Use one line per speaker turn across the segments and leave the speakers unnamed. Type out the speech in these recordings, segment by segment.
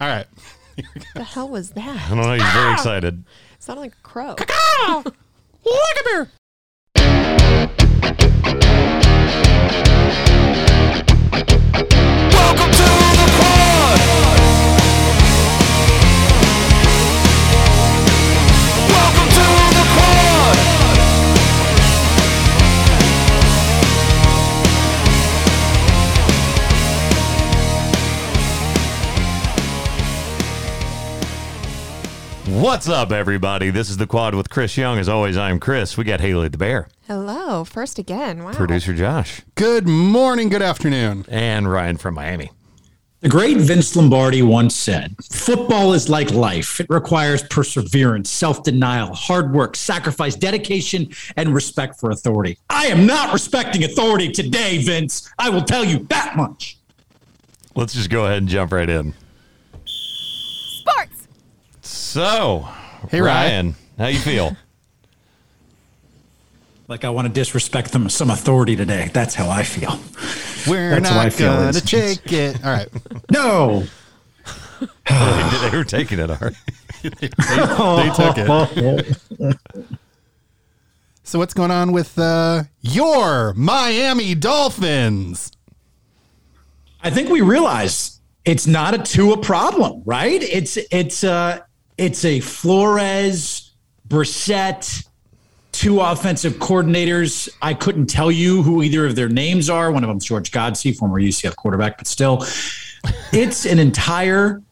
All right.
the hell was
I don't
that?
know. He's very excited.
It sounded like a crow.
Look at her.
Welcome to the pod. Welcome to the pod.
What's up, everybody? This is the Quad with Chris Young. As always, I'm Chris. We got Haley the Bear,
Hello, first again. Wow.
producer Josh,
Good morning. Good afternoon.
and Ryan from Miami.
The great Vince Lombardi once said, Football is like life. It requires perseverance, self denial, hard work, sacrifice, dedication, and respect for authority. I am not respecting authority today, Vince. I will tell you that much.
Let's just go ahead and jump right in.
Sports.
So,
Hey, Ryan.
Ryan, how you feel?
Like I want to disrespect them, some authority today. That's how I feel.
We're
That's how I
not
feel,
going to
Winston.
shake it. All right.
No.
they were taking it hard.
They took it. So, what's going on with uh, your Miami Dolphins?
I think we realize it's not a Tua problem, right? It's it's uh it's a Flores, Brissett, two offensive coordinators. I couldn't tell you who either of their names are. One of them's George Godsey, former UCF quarterback, but still, it's an entire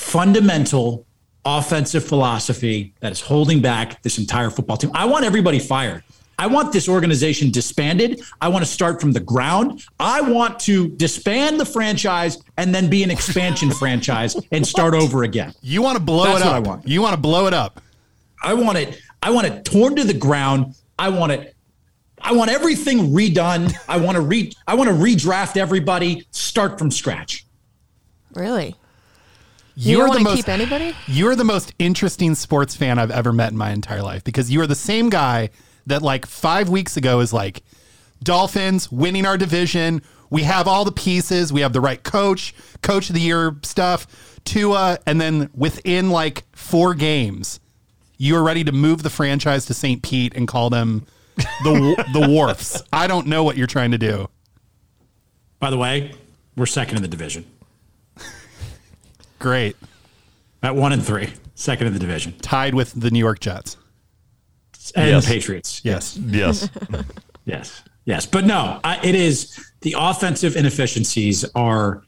fundamental offensive philosophy that is holding back this entire football team. I want everybody fired. I want this organization disbanded. I want to start from the ground. I want to disband the franchise and then be an expansion franchise and start over again.
You want to blow
That's
it up.
what I want.
You want to blow it up.
I want it. I want it torn to the ground. I want it. I want everything redone. I want to re. I want to redraft everybody. Start from scratch.
Really? You don't
You're the
want to
most.
keep anybody?
You're the most interesting sports fan I've ever met in my entire life because you are the same guy that like five weeks ago is like, Dolphins winning our division. We have all the pieces. We have the right coach, coach of the year stuff, Tua, and then within like four games, you are ready to move the franchise to St. Pete and call them the the Wharfs. I don't know what you're trying to do.
By the way, we're second in the division
Great,
at one and three. Second in the division
tied with the New York Jets.
and
Yes.
Patriots.
Yes.
Yes.
Yes. Yes. But no, I, it is the offensive inefficiencies are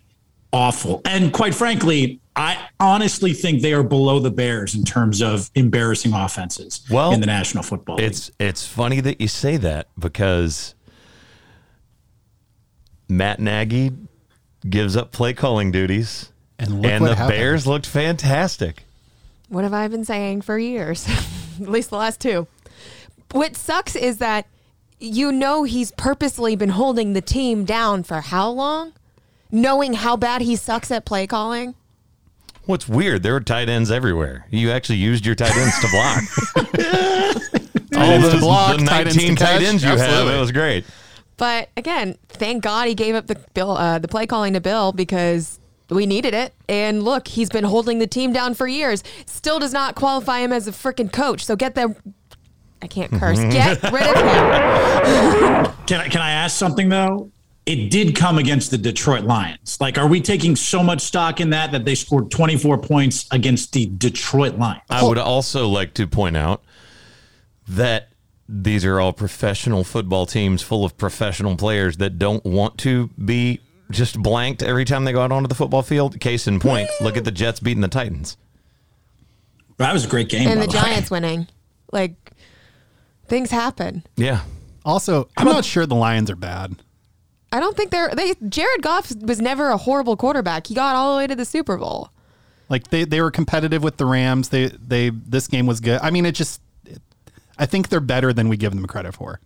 awful. And quite frankly, I honestly think they are below the Bears in terms of embarrassing offenses
Well,
in the National Football League.
It's it's funny that you say that because Matt Nagy gives up play calling duties,
And look what
the
happened.
Bears looked fantastic.
What have I been saying for years? At least the last two. What sucks is that you know he's purposely been holding the team down for how long? Knowing how bad he sucks at play calling?
What's weird? There were tight ends everywhere. You actually used your tight ends to block.
Tight ends to block,
the
tight ends to
19 tight
catch.
ends you have.
Absolutely.
It was great.
But again, thank God he gave up the bill, uh, the play calling to Bill because we needed it. And look, he's been holding the team down for years. Still does not qualify him as a freaking coach. So get the. I can't curse. Get rid of him.
Can I, can I ask something though? It did come against the Detroit Lions. Like, are we taking so much stock in that that they scored 24 points against the Detroit Lions?
I would also like to point out that these are all professional football teams full of professional players that don't want to be just blanked every time they go out onto the football field. Case in point, look at the Jets beating the Titans.
That was a great game.
And
by
the
the way.
Giants winning. Like, things happen.
Yeah.
Also, I'm not sure the Lions are bad.
I don't think they're. They, Jared Goff was never a horrible quarterback. He got all the way to the Super Bowl.
Like they, they were competitive with the Rams. They they this game was good. I mean, it just I think they're better than we give them credit for.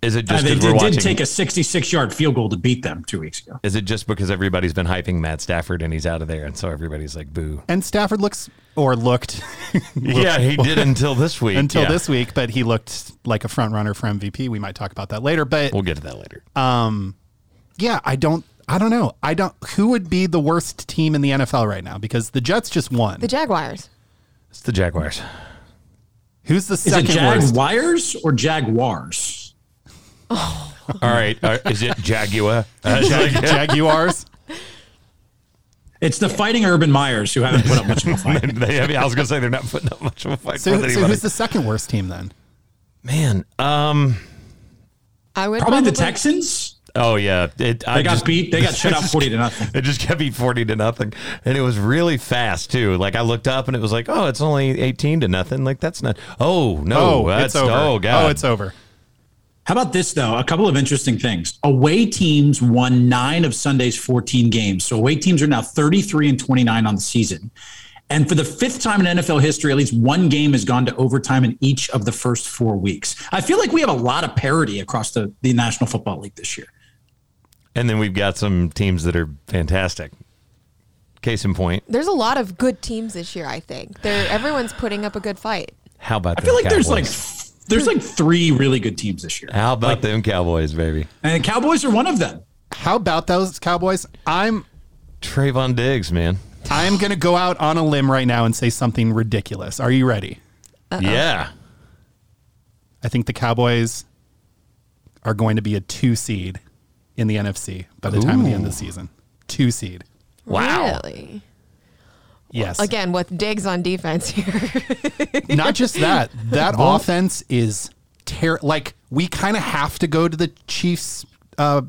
Is it
Uh,
just
they
because
did,
we're
did
watching?
take a 66 yard field goal to beat them two weeks ago.
is it just because everybody's been hyping Matt Stafford and he's out of there, and so everybody's like, "Boo."
And Stafford looks or looked
Yeah, he did until this week.
until
Yeah.
this week, but he looked like a front runner for MVP. We might talk about that later, but
We'll get to that later.
yeah, I don't I don't know. I don't. Who would be the worst team in the NFL right now? Because the Jets just won.
The Jaguars.
It's the Jaguars.
Who's the
Is it
second worst?
Jaguars or Jaguars?
All right. Uh, is it Jaguar? Uh,
Jag- Jaguars.
It's the fighting Urban Myers who haven't put up much of a fight.
they- I mean, I was going to say they're not putting up much of a fight
So,
with
so
anybody.
who's the second worst team then?
Man. Um.
I would
Probably the Texans.
Oh yeah. It, I
They got
just-
beat. They got shut out forty to nothing.
It just kept me 40 to nothing. And it was really fast, too. Like, I looked up and it was like, oh, it's only 18 to nothing. Like, that's not. Oh, no.
oh,
that's,
it's over.
Oh, God.
Oh, it's over.
How about this though? A couple of interesting things. Away teams won nine of Sunday's 14 games. So away teams are now 33 and 29 on the season. And for the fifth time in NFL history, at least one game has gone to overtime in each of the first four weeks. I feel like we have a lot of parity across the, the National Football League this year.
And then we've got some teams that are fantastic. Case in point,
There's a lot of good teams this year. I think they're everyone's putting up a good fight.
how about
I feel
them
like there's like
Cowboys?
there's like three really good teams this year.
How about them Cowboys, baby?
And the Cowboys are one of them.
How about those Cowboys? I'm
Trayvon Diggs, man.
I'm gonna go out on a limb right now and say something ridiculous. Are you ready?
Yeah.
I think the Cowboys are going to be a two seed in the NFC by the time of the end of the season. Two seed.
Wow.
Really?
Yes.
Again, with digs on defense here.
Not just that. That offense is ter- like we kind of have to go to the Chiefs uh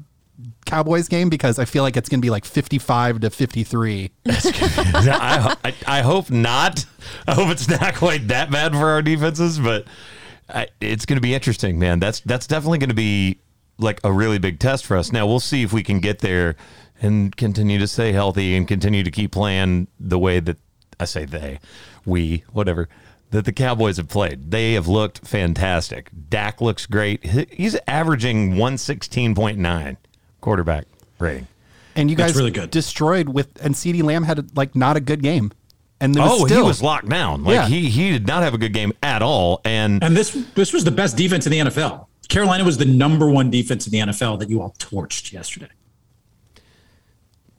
Cowboys game because I feel like it's going to be like 55 to 53.
I, I, I hope not. I hope it's not quite that bad for our defenses, but I, it's going to be interesting, man. That's that's definitely going to be like a really big test for us. Now we'll see if we can get there and continue to stay healthy and continue to keep playing the way that I say they, we, whatever. That the Cowboys have played. They have looked fantastic. Dak looks great. He- He's averaging 116.9 quarterback rating.
And you
That's
guys
really good.
destroyed with and CD Lamb had like not a good game. And there was
oh,
still,
he was locked down. Like
Yeah.
he he did not have a good game at all. And
And this this was the best defense in the NFL. Carolina was the number one defense in the NFL that you all torched yesterday.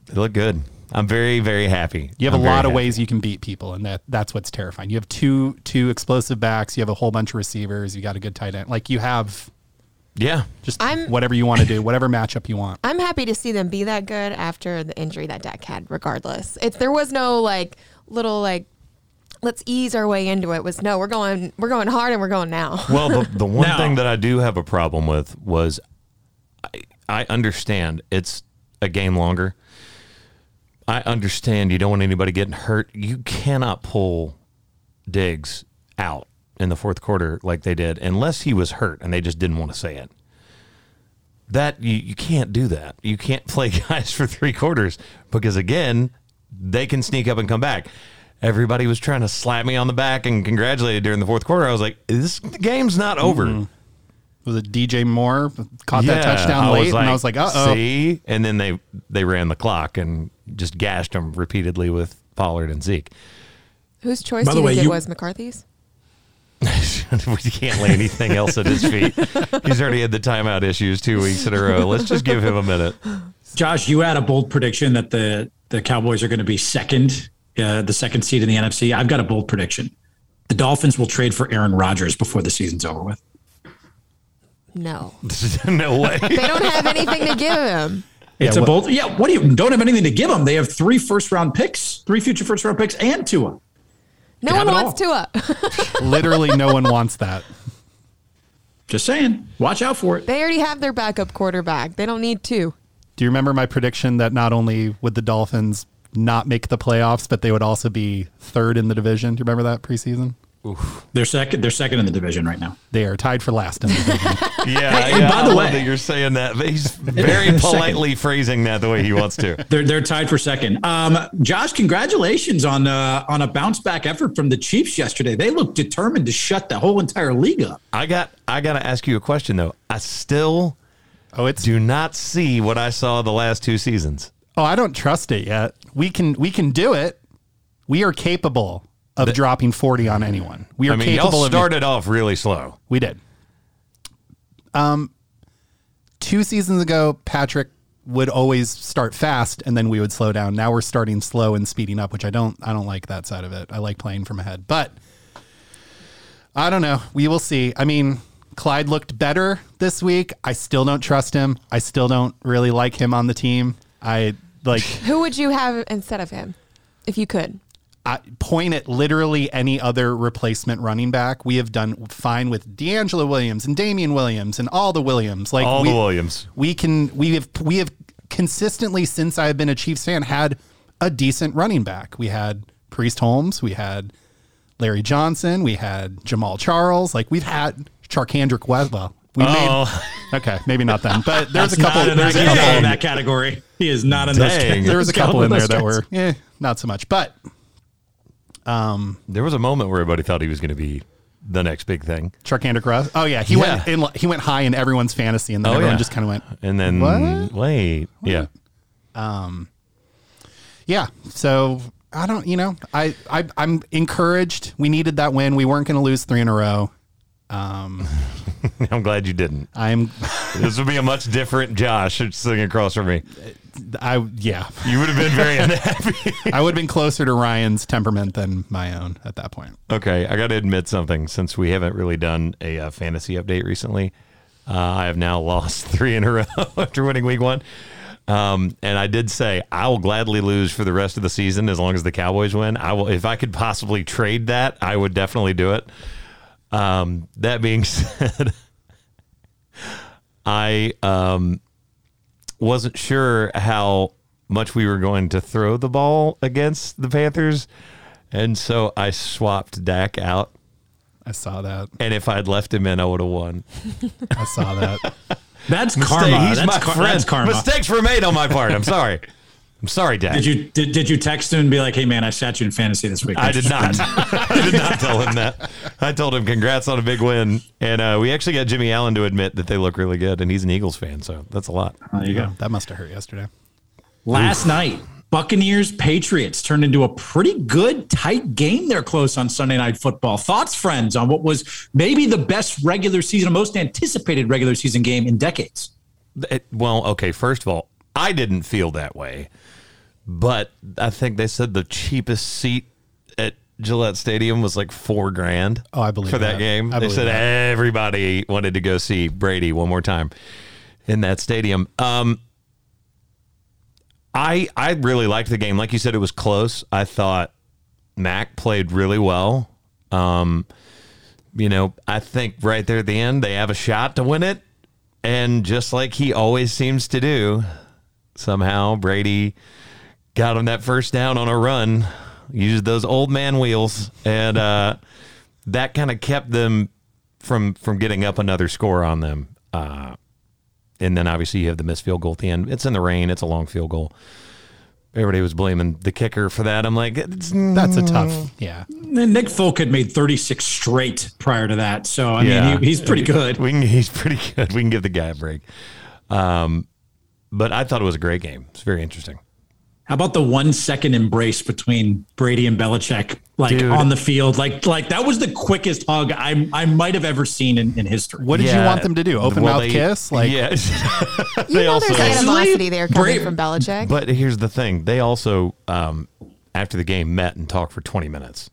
they look good. I'm very very happy.
You have
I'm
a
very
lot of
happy.
ways you can beat people, and that that's what's terrifying. You have two two explosive backs. You have a whole bunch of receivers. You got a good tight end. Like you have
Yeah,
just
I'm-
whatever you want to do, whatever matchup you want.
I'm happy to see them be that good after the injury that Dak had. Regardless, it's there was no like little like let's ease our way into it. it was no, we're going we're going hard and we're going now.
Well, the, the one
Now-
thing that I do have a problem with was I, I understand it's a game longer. I understand you don't want anybody getting hurt. You cannot pull Diggs out in the fourth quarter like they did unless he was hurt and they just didn't want to say it. That you, you can't do that. You can't play guys for three quarters because again, they can sneak up and come back. Everybody was trying to slap me on the back and congratulated during the fourth quarter. I was like, this game's not over.
Was it DJ Moore caught that
Yeah,
touchdown
I was
late? and I was like, uh oh.
See? And then they they ran the clock and just gashed them repeatedly with Pollard and Zeke.
Whose choice
By
do
the
you
way,
think it
you-
was McCarthy's?
we can't lay anything else at his feet. He's already had the timeout issues two weeks in a row. Let's just give him a minute.
Josh, you had a bold prediction that the the Cowboys are going to be second, uh, the second seed in the NFC. I've got a bold prediction: the Dolphins will trade for Aaron Rodgers before the season's over with.
No,
no way.
they don't have anything to give him.
It's
Yeah,
a
what-
bold. Yeah, what do you don't have anything to give them? They have three first round picks, three future first round picks, and Tua.
No
They
one
have it
wants Tua.
Literally, no one wants that.
Just saying, watch out for it.
They already have their backup quarterback. They don't need two.
Do you remember my prediction that not only would the Dolphins not make the playoffs, but they would also be third in the division? Do you remember that preseason?
They're second. They're second in the division right now.
They are tied for last in the division.
Yeah.
and
yeah,
by
I
the
love
way-
that you're saying that. But he's very politely phrasing that the way he wants to.
They're they're tied for second. Um, Josh, congratulations on uh, on a bounce back effort from the Chiefs yesterday. They looked determined to shut the whole entire league up.
I got I gotta ask you a question though. I still
oh, it's
do not see what I saw the last two seasons.
Oh, I don't trust it yet. We can we can do it. We are capable of dropping 40 on anyone. We are
I mean, y'all
capable of
started off really slow.
We did. Um 2 seasons ago Patrick would always start fast and then we would slow down. Now we're starting slow and speeding up, which I don't I don't like that side of it. I like playing from ahead. But I don't know. We will see. I mean, Clyde looked better this week. I still don't trust him. I still don't really like him on the team. I like
Who would you have instead of him if you could?
I point at literally any other replacement running back. We have done fine with D'Angelo Williams and Damian Williams and all the Williams. Like
All the
we-
Williams.
We can we have we have consistently since I've been a Chiefs fan had a decent running back. We had Priest Holmes, we had Larry Johnson, we had Jamal Charles. Like we've had Charkandrick West. Well, we
Oh.
made okay, maybe not them, but there's a
Not
couple.
in
There's a
that-
couple.
in that category. He is not in those.
Dang.
There was a
Couple
couple in
of
there
those
that
guys.
were eh, not so much, but
There was a moment where everybody thought he was going to be the next big thing,
Charkandrick Russ. Oh yeah, he
Yeah.
went in, he went high in everyone's fantasy, and then
Oh,
everyone
yeah.
just kind of went,
and then
What?
wait, yeah,
yeah. So I don't, you know, I, I I'm encouraged. We needed that win. We weren't going to lose three in a row.
I'm glad you didn't.
I'm,
This would be a much different Josh sitting across from me.
I yeah,
You would have been very unhappy.
I would have been closer to Ryan's temperament than my own at that point.
Okay, I got to admit something. Since we haven't really done a uh, fantasy update recently, uh, I have now lost three in a row after winning week one. Um, and I did say I will gladly lose for the rest of the season as long as the Cowboys win. I will, if I could possibly trade that, I would definitely do it. Um, that being said, I um, wasn't sure how much we were going to throw the ball against the Panthers. And so I swapped Dak out.
I saw that.
And if I'd left him in, I would have won.
I saw that.
That's karma.
Mistake- He's
that's,
my
kar-
friend.
that's karma.
Mistakes were made on my part. I'm sorry. I'm sorry, Dak.
Did you did, did you text him and be like, "Hey man, I sat you in fantasy this week"?
I did not. I did not tell him that. I told him congrats on a big win. And uh, we actually got Jimmy Allen to admit that they look really good. And he's an Eagles fan. So that's a lot.
There you go.
That must have hurt yesterday.
Last night, Buccaneers Patriots turned into a pretty good tight game there close on Sunday Night Football. Thoughts, friends, on what was maybe the best regular season, most anticipated regular season game in decades?
It- well, okay. First of all, I didn't feel that way, but I think they said the cheapest seat at Gillette Stadium was like four grand.
Oh, I believe
for that,
that.
game.
I
they
believe
said
that.
everybody wanted to go see Brady one more time in that stadium. Um, I I really liked the game. Like you said, it was close. I thought Mac played really well. Um, you know, I think right there at the end they have a shot to win it, and just like he always seems to do, somehow Brady got him that first down on a run, used those old man wheels, and uh, that kind of kept them from from getting up another score on them. Uh, and then obviously you have the missed field goal at the end. It's in the rain. It's a long field goal. Everybody was blaming the kicker for that. I'm like, it's,
That's a tough. Yeah.
And Nick Folk had made 36 straight prior to that. So, I
Yeah.
mean, he, he's pretty good.
We can, he's pretty good. We can give the guy a break. Um, but I thought it was a great game. It's very interesting.
How about the one second embrace between Brady and Belichick, like
Dude.
on the field? Like, like that was the quickest hug I, I might have ever seen in, in history.
What did you want them to do? Open
Well,
mouth
they-
kiss? Like
yeah.
You know
also-
there's animosity there coming
Brave-
from Belichick.
But here's the thing: they also, um, after the game, met and talked for 20 minutes,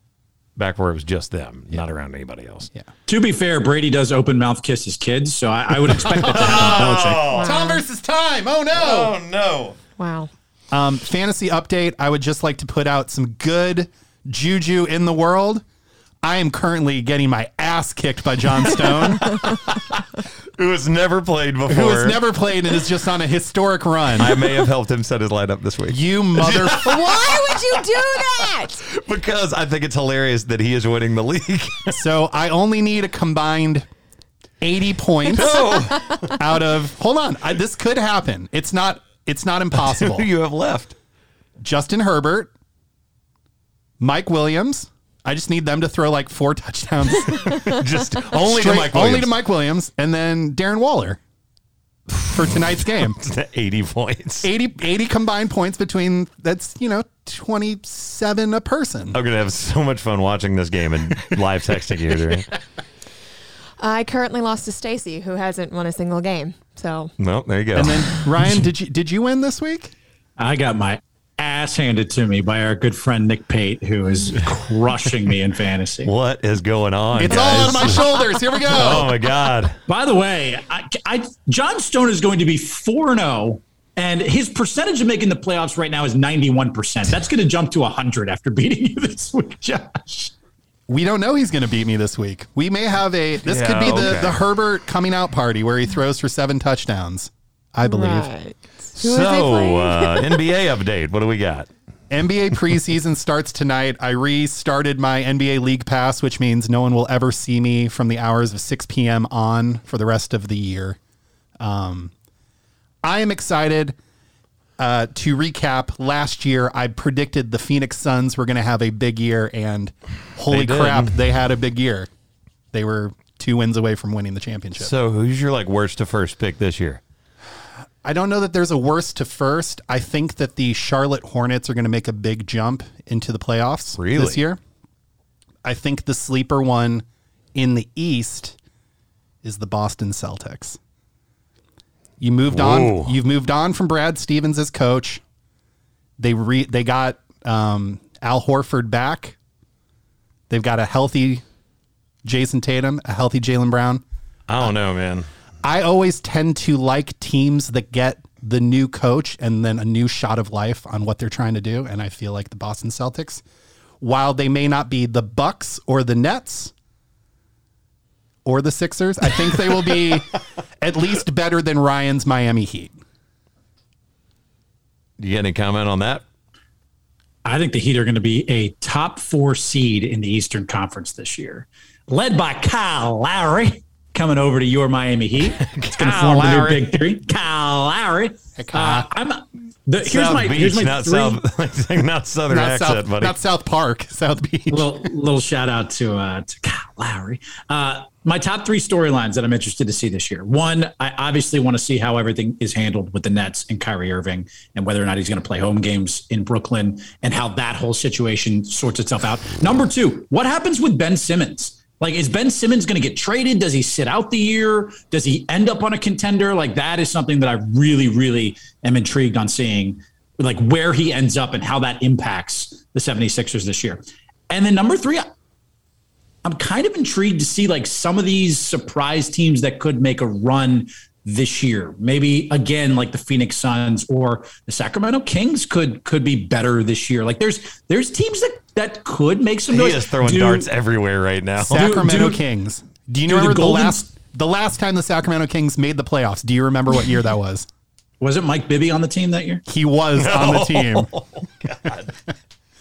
back where it was just them, not around anybody else.
Yeah.
To be fair, Brady does open mouth kiss his kids. So I, I would expect that to happen with Belichick.
Oh!
Tom versus time. Oh no.
no!
wow.
Um, fantasy update. I would just like to put out some good juju in the world. I am currently getting my ass kicked by John Stone,
Who has never played before?
who has never played and is just on a historic run.
I may have helped him set his line up this week
you mother.
Why would you do that?
because I think it's hilarious that he is winning the league.
so I only need a combined 80 points
no,
out of. Hold on. I, this could happen. It's not. It's not impossible.
who you have left?
Justin Herbert, Mike Williams. I just need them to throw like four touchdowns.
Just only
Straight-
to Mike.
only
Williams.
to Mike Williams, and then Darren Waller for tonight's game.
to 80 points.
80, 80 combined points between that's you know twenty seven a person.
I'm gonna have so much fun watching this game and live texting you. dude.
I currently lost to Stacy, who hasn't won a single game. So
Well, there you go.
And then Ryan, did you did you win this week?
I got my ass handed to me by our good friend Nick Pate, who is crushing me in fantasy.
what is going on?
It's
guys?
all on my shoulders. Here we go.
Oh my god.
By the way, I, I, John Stone is going to be 4 0, and his percentage of making the playoffs right now is 91%. That's going to jump to 100 after beating you this week, Josh.
we don't know he's going to beat me this week. We may have a this
Yeah,
could be the
okay.
the Herbert coming out party where he throws for seven touchdowns. I believe
right. Who is they
so
playing?
uh, NBA update. What do we got?
NBA preseason starts tonight. I restarted my NBA League Pass, which means no one will ever see me from the hours of 6 p.m. on for the rest of the year. Um, I am excited. Uh, to recap, last year I predicted the Phoenix Suns were going to have a big year, and holy
did.
crap, they had a big year. They were two wins away from winning the championship.
So who's your like worst to first pick this year?
I don't know that there's a worst to first. I think that the Charlotte Hornets are going to make a big jump into the playoffs
Really?
this year. I think the sleeper one in the East is the Boston Celtics. You moved
Whoa.
on. You've moved on from Brad Stevens as coach. They re, they got um, Al Horford back. They've got a healthy Jason Tatum, a healthy Jalen Brown.
I don't know, man.
I always tend to like teams that get the new coach and then a new shot of life on what they're trying to do. And I feel like the Boston Celtics, while they may not be the Bucks or the Nets or the Sixers, I think they will be at least better than Ryan's Miami Heat.
You got any comment on that?
I think the Heat are going to be a top four seed in the Eastern Conference this year, led by Kyle Lowry coming over to your Miami Heat. It's going to
Kyle
form the new
Lowry.
big three. Kyle Lowry. Uh, I'm the, here's
South
my
Beach,
here's my
not
three,
South, not Southern
Not
accent,
South,
buddy.
not South Park, South Beach.
little little shout out to uh, to Kyle Lowry. Uh, my top three storylines that I'm interested to see this year. One, I obviously want to see how everything is handled with the Nets and Kyrie Irving, and whether or not he's going to play home games in Brooklyn, and how that whole situation sorts itself out. Number two, what happens with Ben Simmons? Like, is Ben Simmons going to get traded? Does he sit out the year? Does he end up on a contender? Like, that is something that I really, really am intrigued on seeing, like where he ends up and how that impacts the 76ers this year. And then number three, I'm kind of intrigued to see like some of these surprise teams that could make a run this year. Maybe again, like the Phoenix Suns or the Sacramento Kings could could be better this year. Like there's there's teams that that could make some
he
noise.
is throwing
Do-
darts everywhere right now.
Sacramento
dude.
Kings. Do you
Dude, the
remember the,
Golden-
last the last time the Sacramento Kings made the playoffs? Do you remember what year that was?
Was it Mike Bibby on the team that year?
He was on the team.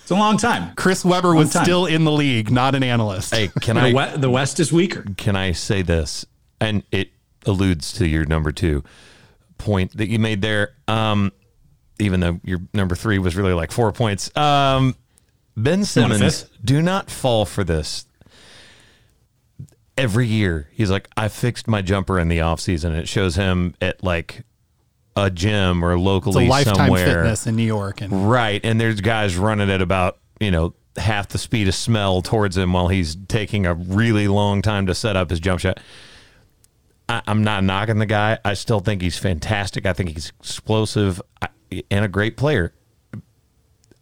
It's a long time.
Chris Webber was
time.
still in the league, not an analyst.
Hey, can
The,
I
we- the West is weaker.
can I say this? And it alludes to your number two point that you made there. Um, even though your number three was really like four points. Um, ben
want a
Simmons,
fifth?
do not fall for this. Every year, he's like, I fixed my jumper in the offseason. It shows him at like a gym or
it's a
locally
lifetime
somewhere.
fitness in New York, and
Right. And there's guys running at about, you know, half the speed of smell towards him while he's taking a really long time to set up his jump shot. I, I'm not knocking the guy. I still think he's fantastic. I think he's explosive I- and a great player.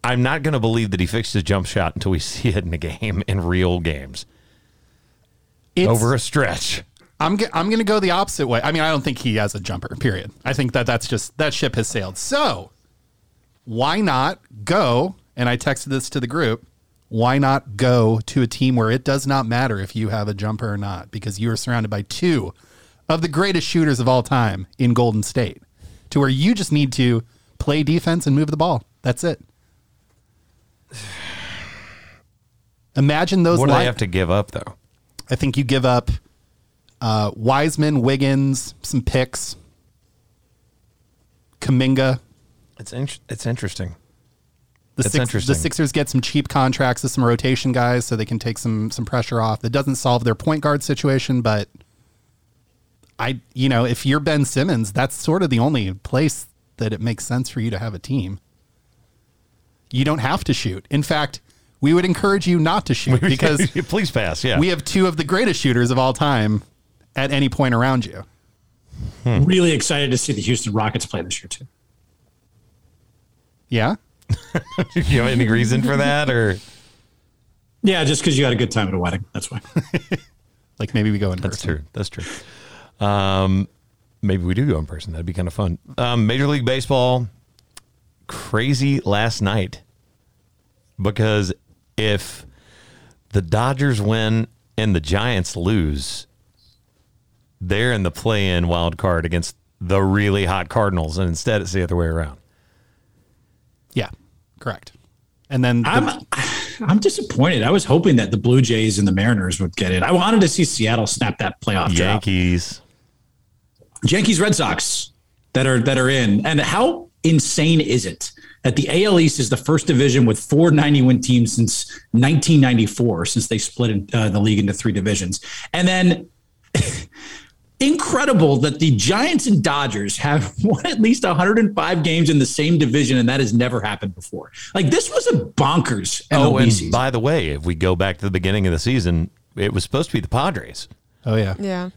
I'm not going to believe that he fixed his jump shot until we see it in a game in real games
it's,
over a stretch.
I'm g- I'm going to go the opposite way. I mean, I don't think he has a jumper. Period. I think that that's just that ship has sailed. So why not go? And I texted this to the group. Why not go to a team where it does not matter if you have a jumper or not, because you are surrounded by two of the greatest shooters of all time in Golden State, to where you just need to play defense and move the ball. That's it. Imagine those.
What do
li-
they have to give up, though?
I think you give up uh, Wiseman, Wiggins, some picks, Kaminga.
It's, in- it's interesting.
The,
That's
Six,
interesting.
the Sixers get some cheap contracts with some rotation guys, so they can take some some pressure off. That doesn't solve their point guard situation, but I, you know, if you're Ben Simmons, that's sort of the only place that it makes sense for you to have a team. You don't have to shoot. In fact, we would encourage you not to shoot because
Please pass. Yeah.
we have two of the greatest shooters of all time at any point around you.
Hmm.
Really excited to see the Houston Rockets play this year too.
Yeah.
Do you have any reason for that, or
Yeah, just because you had a good time at a wedding. That's why.
Like maybe we go in
That's
person.
true. That's true. Um, maybe we do go in person. That'd be kind of fun. Um, Major League Baseball, crazy last night because if the Dodgers win and the Giants lose, they're in the play-in wild card against the really hot Cardinals, and instead it's the other way around.
Yeah. Correct. And then the-
I'm I'm disappointed. I was hoping that the Blue Jays and the Mariners would get it. I wanted to see Seattle snap that playoff drought.
Yankees.
Oh,
Yankees Red Sox that are that are in. And how insane is it that the AL East is the first division with four 90 win teams since 1994, since they split in, uh, the league into three divisions, and then. Incredible that the Giants and Dodgers have won at least 105 games in the same division, and that has never happened before. Like this was a bonkers MLB
Oh, and
season.
by the way, if we go back to the beginning of the season, it was supposed to be the Padres.
oh yeah.
Yeah.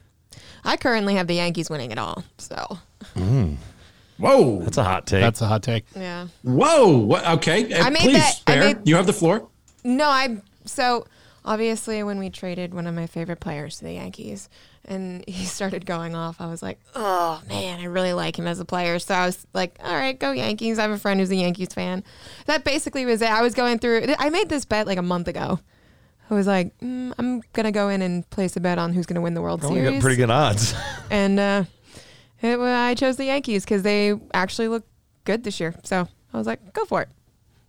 I currently have the Yankees winning it all. So,
Whoa!
That's a hot take.
That's a hot take.
yeah.
Whoa! What, okay, Uh,
I made
please,
that- I
Bear,
made-
you have the floor.
No, I so obviously when we traded one of my favorite players to the Yankees and he started going off, I was like, "Oh man, I really like him as a player." So I was like, "All right, go Yankees." I have a friend who's a Yankees fan. That basically was it. I was going through I made this bet like a month ago. I was like, mm, "I'm going to go in and place a bet on who's going to win the World
Probably
Series."
got pretty good odds.
And uh it, wa- I chose the Yankees cuz they actually look good this year. So I was like, "Go for it."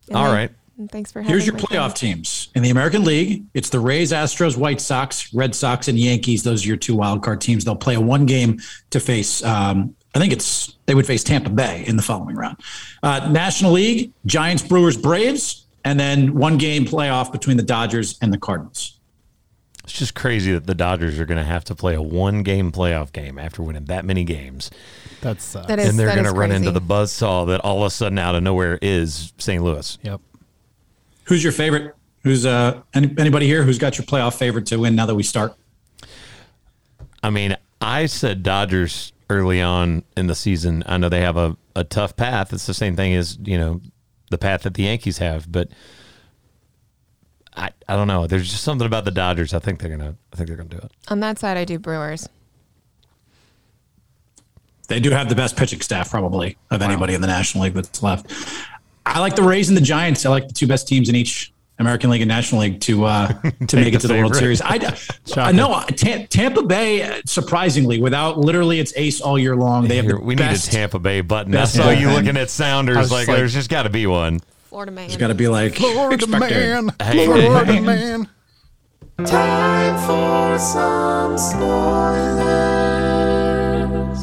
And
All
they-
right.
and Thanks for having
Here's your
me.
playoff teams in the American League. It's the Rays, Astros, White Sox, Red Sox, and Yankees. Those are your two wild card teams. They'll play a one game to face. Um, I think it's they would face Tampa Bay in the following round. Uh, National League: Giants, Brewers, Braves, and then one game playoff between the Dodgers and the Cardinals.
It's just crazy that the Dodgers are going to have to play a one game playoff game after winning that many games.
That's uh,
That is-
and they're
that
going to
is
run into
crazy.
the buzzsaw that all of a sudden out of nowhere is St. Louis.
yep.
Who's your favorite? Who's uh any, anybody here who's got your playoff favorite to win? Now that we start,
I mean, I said Dodgers early on in the season. I know they have a, a tough path. It's the same thing as, you know, the path that the Yankees have, but I, I don't know. There's just something about the Dodgers. I think they're gonna I think they're gonna do it.
On that side, I do Brewers.
They do have the best pitching staff, probably, of anybody in the National League that's left. I like the Rays and the Giants. I like the two best teams in each American League and National League to uh, to make it
the
to the World
favorite.
Series. I, I know Ta- Tampa Bay, surprisingly, without literally its ace all year long, they have
Here,
the
we
best.
need a Tampa Bay button. I
best
saw you
bullpen.
looking at
I
Sounders
was
like,
just like-
there's just got to be one.
Florida man.
Got to be like
Florida
expected.
man.
Hey,
Florida
hey.
man.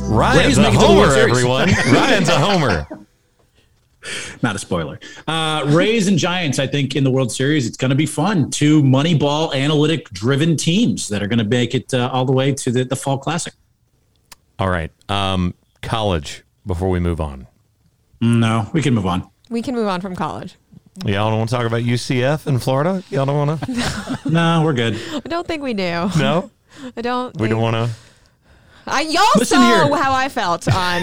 Ryan's
Rays
a
make it to the World
homer,
Series.
everyone. Ryan's a homer.
Not a spoiler. Uh, Rays and Giants, I think, in the World Series, it's going to be fun. Two Moneyball analytic driven teams that are going to make it uh, all the way to the, the Fall Classic.
All right. Um, college before we move on.
No, we can move on.
we can move on from college.
Y'all don't want to talk about UCF in Florida? Y'all don't want to?
No, we're good.
I don't think we do.
No?
I don't.
We don't want to?
I y'all
Listen
saw
here.
how I felt on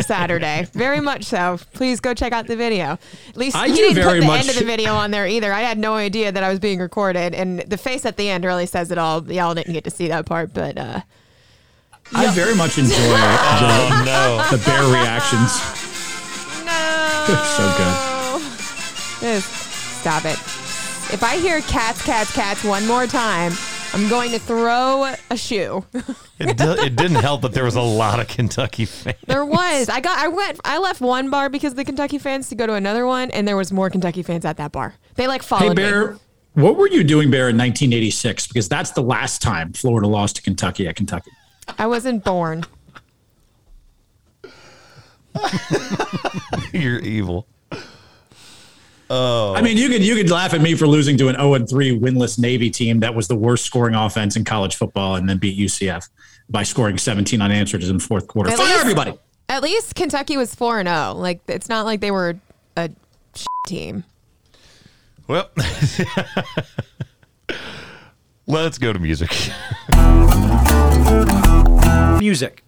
Saturday. Very much so. Please go check out the video. At least
I
you
do
didn't put
very
the
much-
end of the video on there either. I had no idea that I was being recorded, and the face at the end really says it all. Y'all didn't get to see that part, but uh,
I very much enjoy the,
no.
the bear reactions.
no. so good. Stop it. If I hear cats, cats, cats one more time, I'm going to throw a shoe.
It, do, it didn't help that there was a lot of Kentucky fans.
There was. I got. I went. I left one bar because of the Kentucky fans to go to another one, and there was more Kentucky fans at that bar. They like followed
Hey,
me.
Bear, what were you doing, Bear, in 1986? Because that's the last time Florida lost to Kentucky at Kentucky.
I wasn't born.
You're evil.
I mean, you could you could laugh at me for losing to an 0 and 3 winless Navy team that was the worst scoring offense in college football, and then beat UCF by scoring 17 unanswered in the fourth quarter.
At
Fire
least-
everybody!
At least Kentucky was four and zero. Like it's not like they were a shit team.
Well, let's go to music.
Music.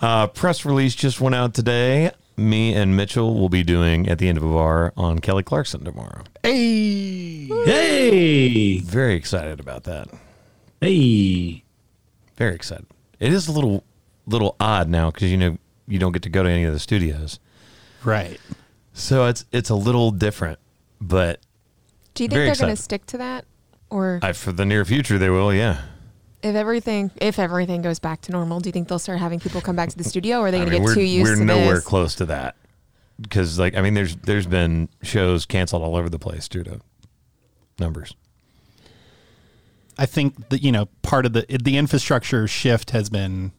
A press release just went out today. Me and Mitchell will be doing at the end of a bar on Kelly Clarkson tomorrow.
Hey.
Hey,
Very excited about that.
hey.
Very excited. It is a little little odd now because you know you don't get to go to any of the studios,
Right.
so it's it's a little different. But
Do you think
Very
they're going to
excited.
stick to that? Or
I, for the near future, they will. Yeah,
if everything if everything goes back to normal, do you think they'll start having people come back to the studio or are they
I
going
mean,
to
we're
get too used
we're
to
nowhere
this?
close to that because like I mean, there's there's been shows canceled all over the place due to numbers.
I think that you know part of the the infrastructure shift has been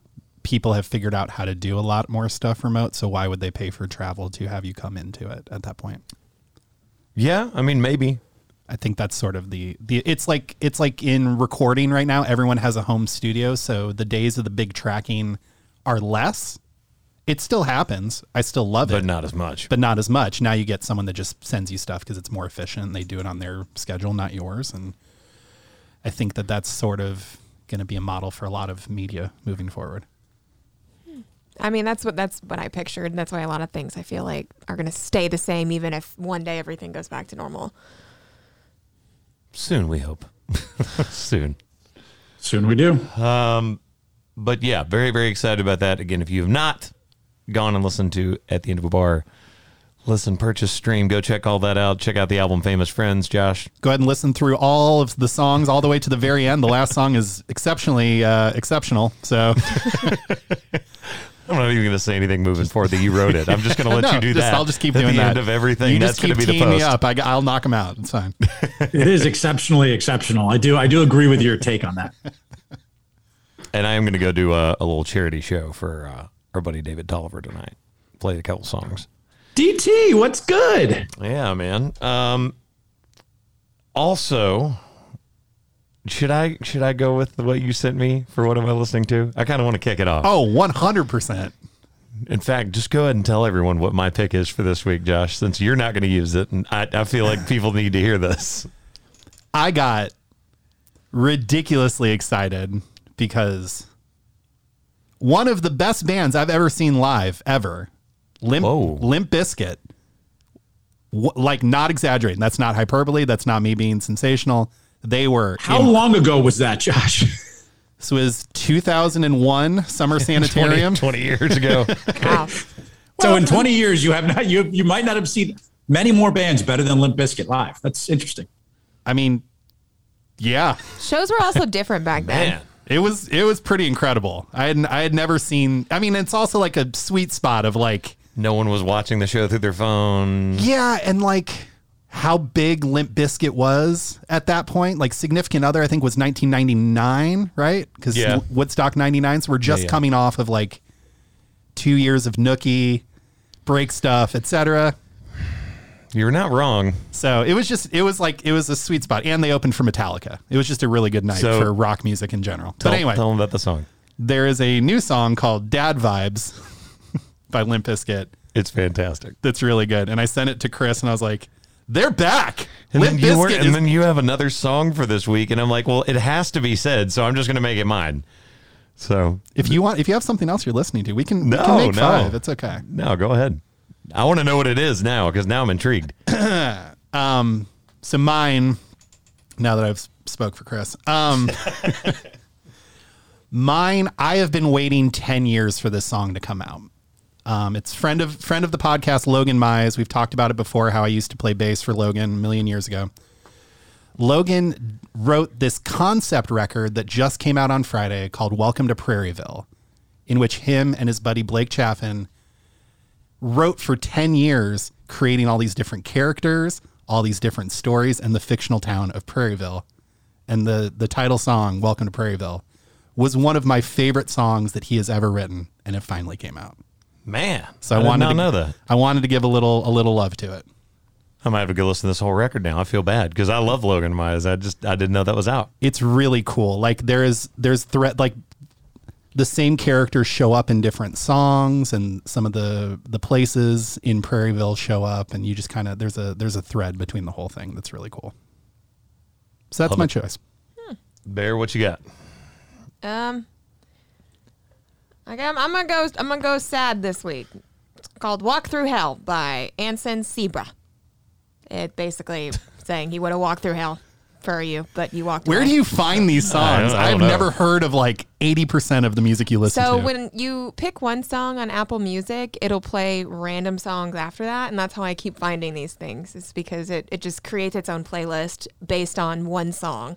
people have figured out how to do a lot more stuff remote. So why would they pay for travel to have you come into it at that point?
Yeah, I mean maybe
I think that's sort of the the it's like it's like in recording right now. Everyone has a home studio, so the days of the big tracking are less. It still happens. I still love
but
it,
not as much.
but not as much. Now you get someone that just sends you stuff because it's more efficient. They do it on their schedule, not yours. And I think that that's sort of going to be a model for a lot of media moving forward.
I mean, that's what that's what I pictured. and That's why a lot of things I feel like are going to stay the same even if one day everything goes back to normal.
Soon, we hope. Soon.
Soon we do.
But yeah, very, very excited about that. Again, if you have not gone and listened to At the End of a Bar, listen, purchase, stream, go check all that out. Check out the album Famous Friends, Josh.
Go ahead and listen through all of the songs all the way to the very end. The last song is exceptionally uh, exceptional. So
I'm not even going to say anything moving forward that you wrote it. I'm just going to let
No,
you do
just-
that.
I'll just keep
At
doing
the
that.
end of everything.
You
That's
just
going to
keep
be the
teeing me
post.
up. I, will knock them out. It's fine.
It is exceptionally exceptional. I do. I do agree with your take on that.
And I am going to go do a, a little charity show for uh, our buddy David Tolliver tonight. Play a couple songs.
DT, what's good?
Yeah, man. Um, also, should I should I go with what you sent me for what am I listening to? I kind of want to kick it off.
Oh, 100%.
In fact, just go ahead and tell everyone what my pick is for this week, Josh, since you're not going to use it, and I, I feel like people need to hear this.
I got ridiculously excited because one of the best bands I've ever seen live ever, Limp
Whoa.
Limp Biscuit. Like not exaggerating. That's not hyperbole. That's not me being sensational. They were.
How
in-
long ago was that, Josh?
This was 2001 Summer Sanitarium.
20 years ago.
Wow.
so in 20 years, you have not. You you might not have seen many more bands better than Limp Bizkit live. That's interesting.
I mean, yeah.
Shows were also different back then.
Man.
It was it was pretty incredible. I had I had never seen. I mean, it's also like a sweet spot of like
No one was watching the show through their phone.
yeah, and like how big Limp Biscuit was at that point. Like significant other, I think was 1999, right? Because
Yeah.
Woodstock 99. So we're just
yeah.
coming off of like two years of Nookie, break stuff, etc.
You're not wrong.
So it was just it was like it was a sweet spot, and they opened for Metallica. It was just a really good night
So-
for rock music in general.
Tell,
but anyway,
tell them about the song.
there is a new song called Dad Vibes by Limp Bizkit
It's fantastic.
that's really good. And I sent it to Chris and I was like, they're back.
And,
Limp
then you, were,
Bizkit
and
is,
then you have another song for this week, and I'm like, well, it has to be said, so I'm just going to make it mine. So,
if you want if you have something else you're listening to, we can, we
No,
can make
no.
five. It's okay.
no, go ahead. I want to know what it is now because now I'm intrigued.
So mine, now that I've spoke for Chris, um, mine. I have been waiting ten years for this song to come out. Um, it's friend of friend of the podcast, Logan Mize. We've talked about it before. How I used to play bass for Logan a million years ago. Logan wrote this concept record that just came out on Friday called "Welcome to Prairieville," in which him and his buddy Blake Chaffin wrote for 10 years creating all these different characters, all these different stories and the fictional town of Prairieville. And the the title song Welcome to Prairieville was one of my favorite songs that he has ever written and it finally came out.
Man,
So I,
did
wanted
not
to
know that.
I wanted to give a little a little love to it.
I might have to go listen to this whole record now. I feel bad because I love Logan Myers. I just I didn't know that was out.
It's really cool. Like there is there's threat like the same characters show up in different songs and some of the the places in Prairieville show up and you just kind of there's a there's a thread between the whole thing that's really cool. So that's
Love
my
it.
choice.
Bear, what you got?
Um Okay, I'm, I'm gonna go. I'm gonna go sad this week. It's called "Walk Through Hell" by Anson Sebra. It basically saying he would have walked through hell for you, but you walked.
Where
away.
do you find these songs?
I don't- I
I've
don't know.
never heard of like 80% of the music you listen
So
to.
when you pick one song on Apple Music, it'll play random songs after that, and that's how I keep finding these things. It's because it, it just creates its own playlist based on one song,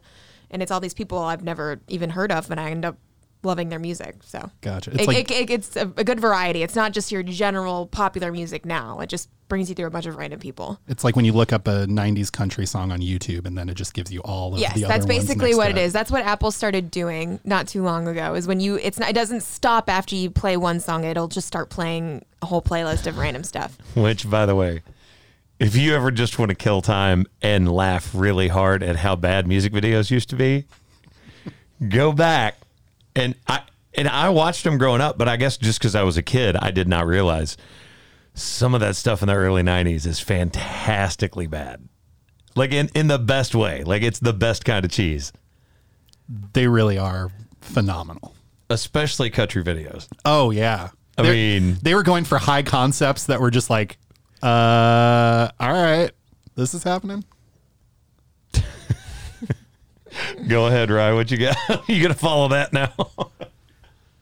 and it's all these people I've never even heard of, and I end up loving their music. So
Gotcha. It's
It's it,
like-
it, it, it's a, a good variety. It's not just your general popular music now. It just brings you through a bunch of random people.
it's like when you look up a 90s country song on YouTube and then it just gives you all of
Yes,
the other
that's
ones
basically
next
what
to
it is. That's what Apple started doing not too long ago. Is when you it's not, it doesn't stop after you play one song. It'll just start playing a whole playlist of random stuff.
Which, by the way, if you ever just want to kill time and laugh really hard at how bad music videos used to be, go back and I and I watched them growing up, but I guess just because I was a kid, I did not realize some of that stuff in the early '90s is fantastically bad, like in in the best way. Like it's the best kind of cheese,
They really are phenomenal.
especially country videos.
Oh yeah.
I
They're-
mean-
they were going for high concepts that were just like, uh, all right, this is happening.
Go ahead, Ryan. What you got? you gonna follow that now?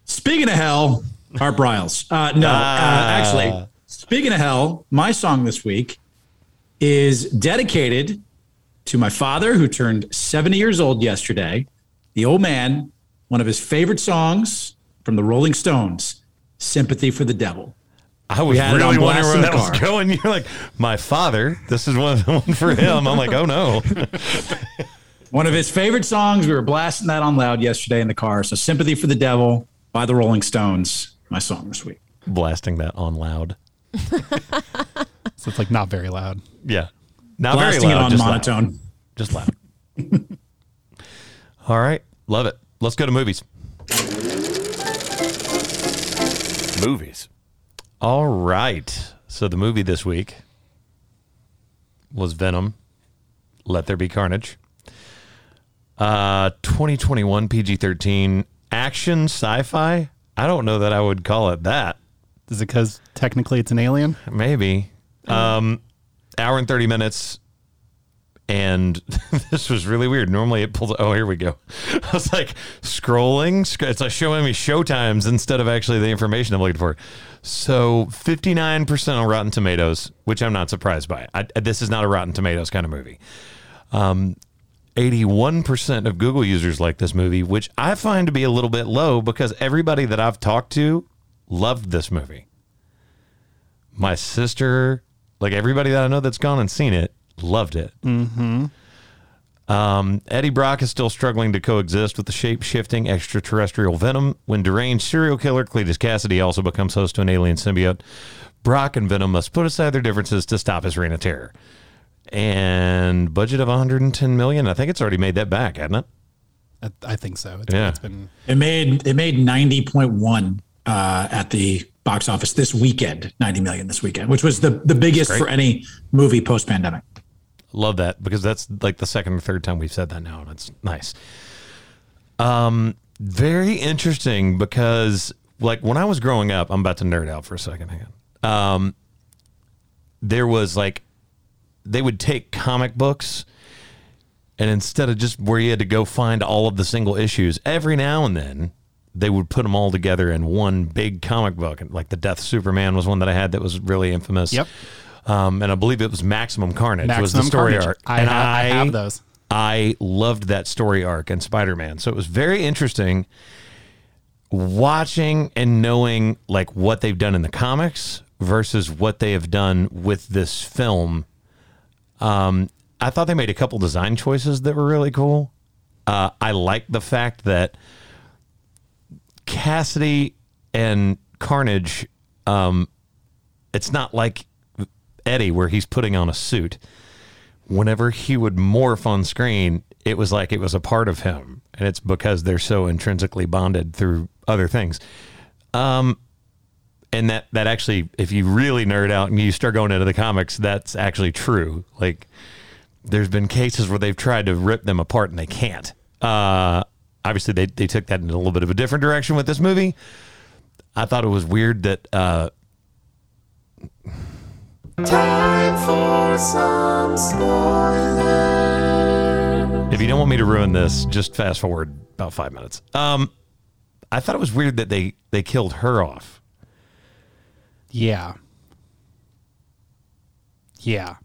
Speaking of hell, Art Briles. Uh, no, uh, actually, speaking of hell, my song this week is dedicated to my father, who turned 70 years old yesterday. The old man, one of his favorite songs from the Rolling Stones, Sympathy for the Devil.
I was
had it
really
on
wondering
blast
where
in the
that was
car.
going. You're like, my father. This is one, one for him. I'm like, oh no.
One of his favorite songs. We were blasting that on loud yesterday in the car. So, Sympathy for the Devil by the Rolling Stones, my song this week.
Blasting that on loud.
So it's like not very loud.
Yeah, not
Blasting
very loud.
it on
just
monotone.
Loud. Just loud. All right, love it. Let's go to movies. Movies. All right. So the movie this week was Venom. Let there be carnage. Uh, 2021 PG-13 action sci-fi. I don't know that I would call it that.
Is it because technically it's an alien?
Maybe. Um, hour and 30 minutes. And this was really weird. Normally it pulls. Oh, here we go. I was like scrolling. sc- It's like showing me show times instead of actually the information I'm looking for. So 59% on Rotten Tomatoes, which I'm not surprised by. I, this is not a Rotten Tomatoes kind of movie. Um, 81% of Google users like this movie, which I find to be a little bit low because everybody that I've talked to loved this movie my sister, like everybody that I know that's gone and seen it, loved it. Mm-hmm. Um, Eddie Brock is still struggling to coexist with the shape shifting extraterrestrial venom. When deranged serial killer Cletus Cassidy also becomes host to an alien symbiote, Brock and Venom must put aside their differences to stop his reign of terror. And budget of 110 million. I think it's already made that back, hasn't it?
I, I think so. It's,
Yeah.
it's been
It made it made ninety point one uh, at the box office this weekend, ninety million this weekend, which was the the biggest for any movie post pandemic.
Love that because that's like the second or third time we've said that now, and it's nice. Um, very interesting because like when I was growing up, I'm about to nerd out for a second. Hang on. Um, there was like they would take comic books, and instead of just where you had to go find all of the single issues, every now and then they would put them all together in one big comic book. And like the Death of Superman was one that I had that was really infamous.
Yep.
Um, and I believe it was Maximum Carnage was the
Maximum
story
Carnage.
arc.
I
and
ha- I have those.
I loved that story arc in Spider Man. So it was very interesting watching and knowing like what they've done in the comics versus what they have done with this film. Um, I thought they made a couple design choices that were really cool. Uh, I like the fact that Cassidy and Carnage, um, it's not like Eddie where he's putting on a suit whenever he would morph on screen, it was like it was a part of him. And it's because they're so intrinsically bonded through other things. Um, and that, that actually, if you really nerd out and you start going into the comics, that's actually true. Like, there's been cases where they've tried to rip them apart and they can't. Uh, obviously, they, they took that in a little bit of a different direction with this movie. I thought it was weird that uh, If you don't want me to ruin this, just fast forward about five minutes. Um, I thought it was weird that they they killed her off.
Yeah. Yeah.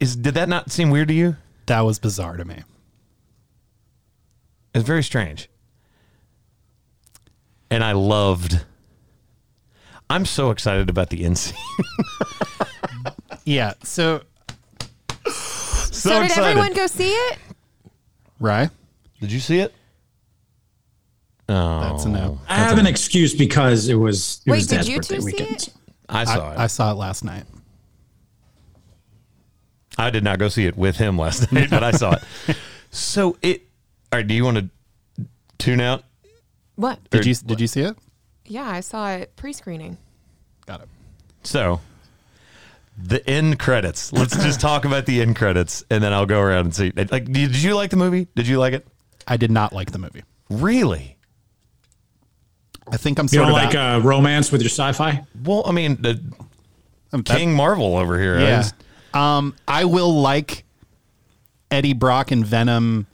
Is did that not seem weird to you?
That was bizarre to me.
It's very strange. And I loved. I'm so excited about the end scene.
Yeah. So,
so
So, did
excited.
everyone go see it?
Rye,
Did you see it?
that's a no.
I have an excuse because it was it
Wait,
was
did
Dad's
you
birthday
two see
weekend.
it?
I saw
I, I
it.
saw it last night.
I, did not go see it with him last night, but I saw it. So it. All right. Do you want to tune out?
What?
Did you did you see it?
Yeah, I saw it pre-screening.
Got it.
So, the end credits. Let's just talk about the end credits, and then I'll go around and see. Like, did you like the movie? Did you like it?
I did not like the movie.
Really?
I think I'm
You
sort
don't
of
like
uh,
out-
a romance with your sci-fi?
Well, I mean, the
I'm- that-
King Marvel over here. I
Yeah.
just-
Um, I will like Eddie Brock and Venom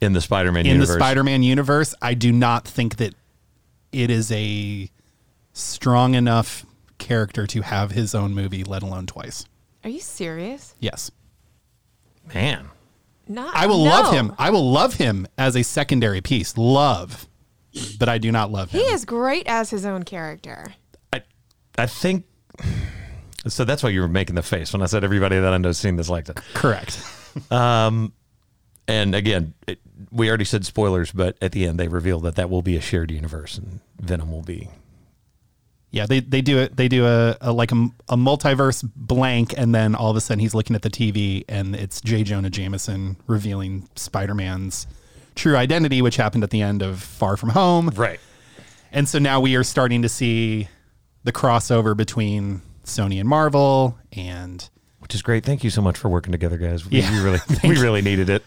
in the Spider-Man
in
universe.
the Spider-Man universe. I do not think that it is a strong enough character to have his own movie, let alone twice.
Are you serious?
Yes.
Man,
Not.
I will
no.
love him. I will love him as a secondary piece. Love. But I do not love him.
He is great as his own character.
I, I think. So that's why you were making the face when I said everybody that I know's seen this liked it.
Correct.
And again, it, we already said spoilers, but at the end they reveal that that will be a shared universe and Venom will be
Yeah, they, they do it. They do a, a like a, a multiverse blank, and then all of a sudden he's looking at the TV, and it's J. Jonah Jameson revealing Spider Man's true identity, which happened at the end of Far From Home.
right.
And so now we are starting to see the crossover between Sony and Marvel, and
which is great. Thank you so much for working together, guys. We,
Yeah.
we really we really needed it.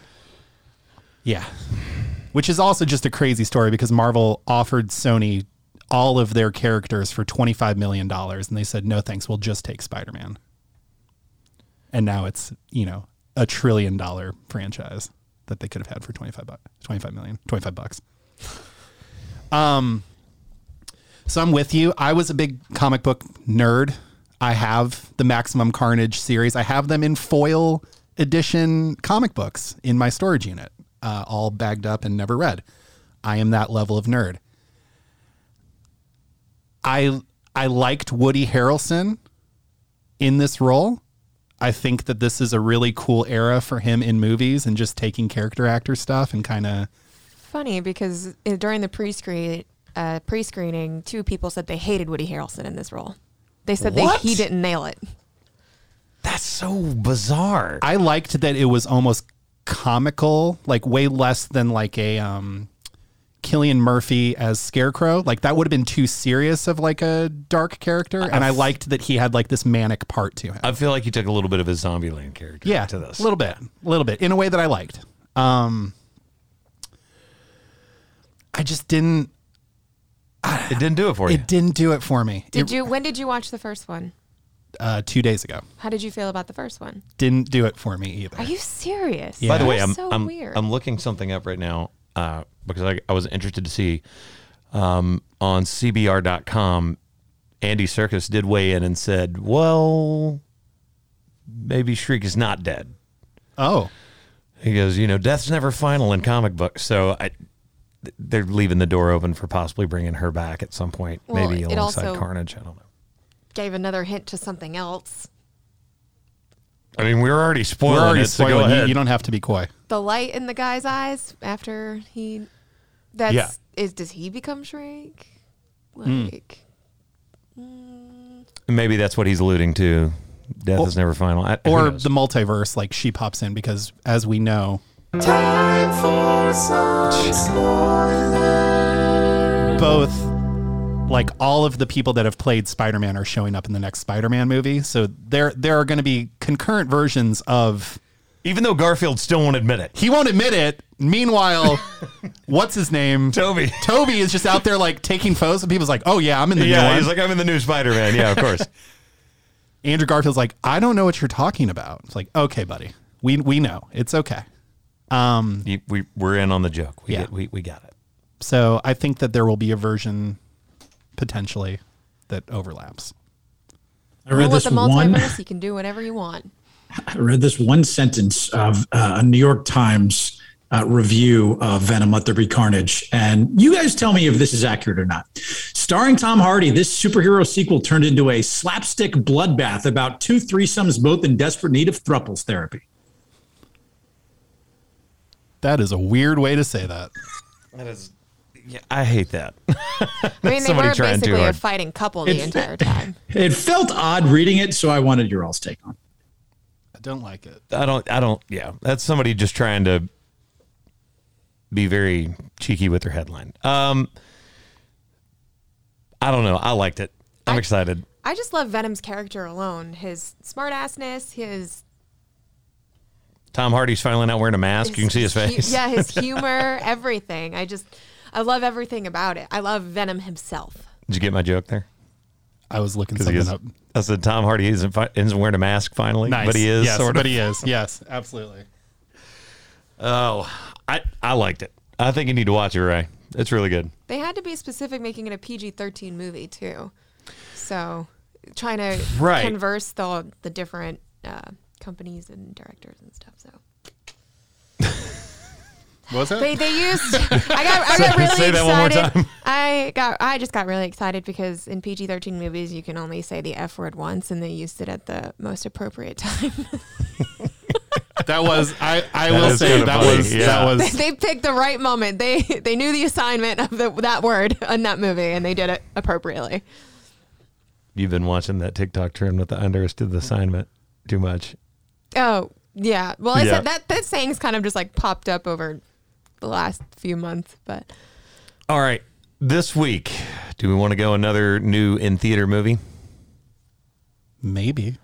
yeah, which is also just a crazy story because Marvel offered Sony all of their characters for twenty five million dollars, and they said no thanks, we'll just take Spider Man. And now it's you know a trillion dollar franchise that they could have had for 25 bu- 25 million 25 bucks. So I'm with you. I was a big comic book nerd. I have the Maximum Carnage series. I have them in foil edition comic books in my storage unit, uh, all bagged up and never read. I am that level of nerd. I I liked Woody Harrelson in this role. I think that this is a really cool era for him in movies and just taking character actor stuff and kind of
Funny because uh, during the pre-screen uh, pre-screening, two people said they hated Woody Harrelson in this role. They said they,
What?
he didn't nail it.
That's so bizarre.
I liked that it was almost comical, like way less than like a um Killian Murphy as Scarecrow. Like that would have been too serious of like a dark character. And I liked that he had like this manic part to him.
I feel like you took a little bit of a Zombieland character
yeah.
to this.
A little bit. A little bit. In a way that I liked. Um I just didn't
It didn't do it for you.
it didn't do it for me.
Did
It-
you? When did you watch the first one?
uh two days ago.
How did you feel about the first one?
Didn't do it for me either.
Are you serious?
By the way,
That's
I'm
so
I'm,
weird.
I'm looking something up right now uh, because I, I was interested to see um, on CBR.com. Andy Circus did weigh in and said, "Well, maybe Shriek is not dead."
oh.
He goes, "You know, death's never final in comic books, so I." th- They're leaving the door open for possibly bringing her back at some point,
Well,
maybe
it
alongside
also-
Carnage. I don't know.
Gave another hint to something else.
I mean, we're already spoiling
We're already
it, so go
spoiling. You,
ahead.
you don't have to be coy.
The light in the guy's eyes after he. That's is does he become Shrek?
Hmm.
Like.
Maybe that's what he's alluding to. Death is never final. I, who
or
knows?
the multiverse like she pops in because as we know both like all of the people that have played spider-man are showing up in the next spider-man movie so there there are going to be concurrent versions of
even though Garfield still won't admit it.
he won't admit it Meanwhile, what's his name?
Toby.
Toby is just out there like taking photos, and people's like, "Oh yeah, I'm in the new
Yeah,
one."
he's like, I'm in the new Spider Man. Yeah, of course.
Andrew Garfield's like, "I don't know what you're talking about." It's like, "Okay, buddy, we we know it's okay."
You- we, we're in on the joke. We,
Yeah.
get, we, we got it.
So I think that there will be a version potentially that overlaps.
I read
with
this
the
one.
multiverse, you can do whatever you want.
I read this one sentence of uh, a New York Times uh, review of Venom: Let There Be Carnage, and you guys tell me if this is accurate or not. Starring Tom Hardy, this superhero sequel turned into a slapstick bloodbath about two threesomes, both in desperate need of thruples therapy.
That is a weird way to say that.
That is, yeah, I hate that.
I mean, they
Somebody
were
trying too
basically a
hard.
fighting couple the entire time.
It felt odd reading it, so I wanted your all's take on. it.
I don't like it.
I don't. I don't. Yeah, that's somebody just trying to be very cheeky with their headline. Um, I don't know. I liked it. I'm excited.
I just love Venom's character alone. His smart assness, his
Tom Hardy's finally not wearing a mask. You can see his
hu-
face.
yeah, his humor, everything. I just I love everything about it. I love Venom himself.
Did you get my joke there?
I was looking
'Cause he
something
is-
up.
I said Tom Hardy isn't, fi- isn't wearing a mask finally,
Nice.
but he is
Yes,
sort of.
but he is. Yes, absolutely.
Oh, I I liked it. I think you need to watch it, Ray. It's really good.
They had to be specific making it a PG-13 movie too. So, trying to
Right.
converse the the different uh, companies and directors and stuff. So
Was it?
They, they used. I got, I got really
say
excited.
that one more time.
I got. I just got really excited because in PG thirteen movies you can only say the F word once, and they used it at the most appropriate time.
That was I. I
That
will
is
say
kinda
that
funny,
was
yeah.
that was
they picked the right moment. They they knew the assignment of the, that word in that movie, and they did it appropriately.
You've been watching that TikTok trend with the I understood the assignment too much.
Oh yeah. Well, I
Yeah.
said that that saying's kind of just like popped up over the last few months, but
All right. This week, do we want to go another new in theater movie?
maybe.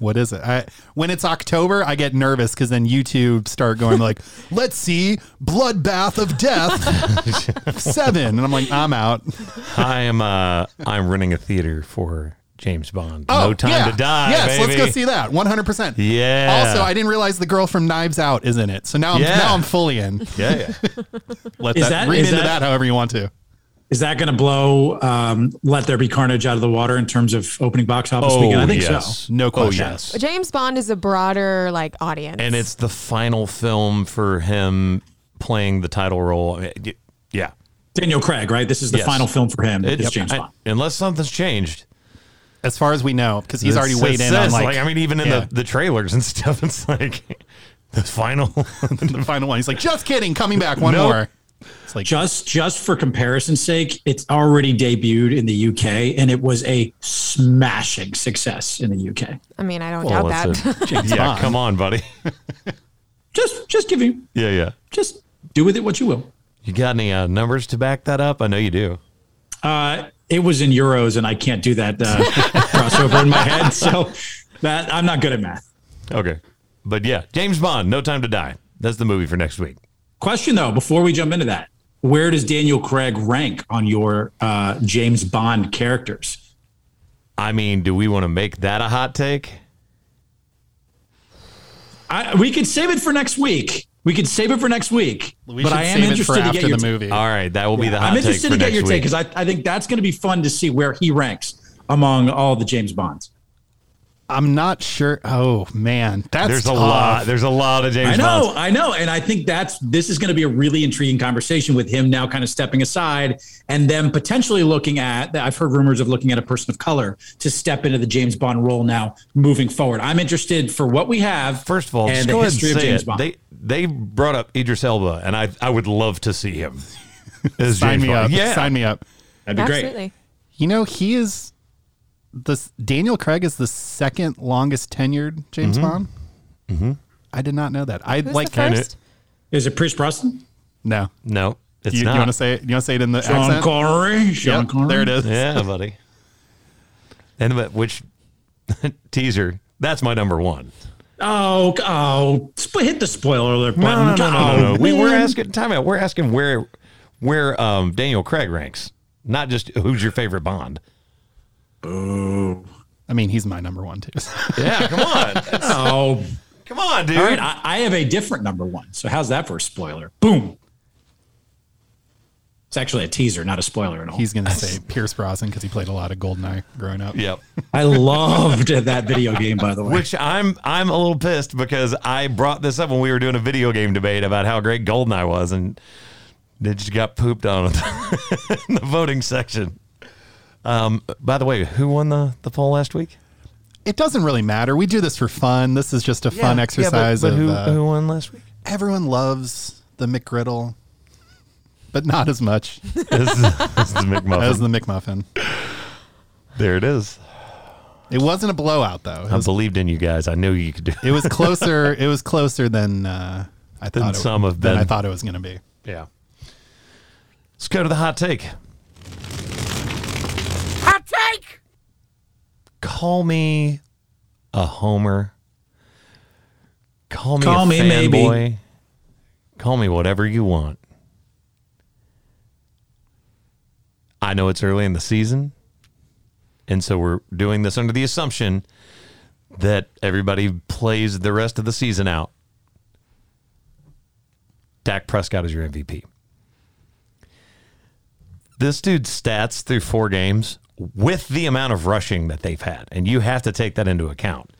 What is it? I, when it's October, I get nervous because then you two start going like, "Let's see, Bloodbath of Death Seven. and I'm like, "I'm out."
I am uh I'm running a theater for James Bond. no time
Oh, yeah.
to die.
Yes, let's go
baby.
see that. 100. percent
Yeah.
Also, I didn't realize the girl from Knives Out is in it, so now I'm
Yeah.
now I'm fully in.
Yeah, yeah.
Let
Is
that,
that-
read
is
into
that-
that, however you want to.
Is that going to blow um, "Let There Be Carnage" out of the water in terms of opening box office weekend? I think so.
No question.
Oh, yes.
James Bond is a broader like audience,
And it's the final film for him playing the title role. I mean, y- Yeah.
Daniel Craig, right? This is the
Yes.
final film for him.
It-
It's James
I-
Bond.
unless something's changed.
As far as we know, because he's
It
already
says-
weighed in on
says,
like,
I mean, even in
yeah.
the, the trailers and stuff, it's like the final
the final one. He's like, "Just kidding, coming back one
Nope.
more." It's like
just just for comparison's sake, it's already debuted in the UK and it was a smashing success in the UK.
I mean, I don't
Well,
doubt
it's
that.
a- yeah,
Bond.
come on, buddy.
Just just give you
Yeah, yeah.
just do with it what you will.
You got any uh, numbers to back that up? I know you do.
Uh, it was in euros and I can't do that uh, crossover in my head, so that I'm not good at math.
Okay. But yeah, James Bond, No Time to Die. That's the movie for next week.
Question though, before we jump into that, where does Daniel Craig rank on your uh, James Bond characters?
I mean, do we want to make that a hot take?
I, we could save it for next week. We could save it for next week.
We
but
should
I am
save it
interested
for
to
after
get your
the movie.
All right, that will be the hot
I'm
take.
interested
for
to get
next
your take
week.
because I, I think that's going to be fun to see where he ranks among all the James Bonds.
I'm not sure. Oh man, that's
There's a
tough.
lot. There's a lot of James
I know,
Bonds.
I know, and I think that's this is going to be a really intriguing conversation with him now, kind of stepping aside, and then potentially looking at. I've heard rumors of looking at a person of color to step into the James Bond role now moving forward. I'm interested for what we have.
First of all,
and
just
the
go ahead
history
and
of
say
James
it.
Bond.
They they brought up Idris Elba, and I I would love to see him. as
Sign
James
me
Bond.
up.
Yeah.
Sign me up.
That'd be great.
Absolutely.
You know, he is this Daniel Craig is the second longest tenured James
Mm-hmm.
Bond. I did not know that. I
Who's
like
the first?
Is it Pierce Brosnan?
no.
No, it's
You, you
not.
want to say it? You want to say it in the
Sean
accent?
Connery. Sean
Yep,
Connery.
there it is.
yeah, buddy. And but which teaser? That's my number one.
Oh, oh, sp- hit the spoiler alert button.
no, no, no,
Oh,
no, no. We, we're
man.
asking time out. We're asking where where um, Daniel Craig ranks, not just who's your favorite Bond.
I mean, he's my number one too.
Yeah, come on,
Oh,
come on, dude.
all right. I, I have a different number one. So how's that for a spoiler? Boom. It's actually a teaser, not a spoiler at all.
he's gonna say Pierce Brosnan because he played a lot of Goldeneye growing up.
Yep.
I loved that video game, by the way.
Which I'm I'm a little pissed because I brought this up when we were doing a video game debate about how great Goldeneye was, and it just got pooped on in the- in the voting section. Um, by the way, who won the, the poll last week?
It doesn't really matter. We do this for fun. This is just a fun
Yeah,
exercise.
Yeah, but- but,
of,
who,
uh,
who won last week?
everyone loves the McGriddle, but not as much
this, is, this is McMuffin.
as the McMuffin.
there it is.
It wasn't a blowout though. It
I
was,
believed in you guys. I knew you could do it.
it was closer. It was closer than uh, I
Than
thought.
some
it,
have
than I
been.
thought it was going to be.
Yeah. Let's go to the hot take. Hot take. Call me a homer. Call me
Call
a
me maybe.
fanboy. Call me whatever you want. I know it's early in the season, and so we're doing this under the assumption that everybody plays the rest of the season out. Dak Prescott is your MVP. This dude's stats through four games with the amount of rushing that they've had, and you have to take that into account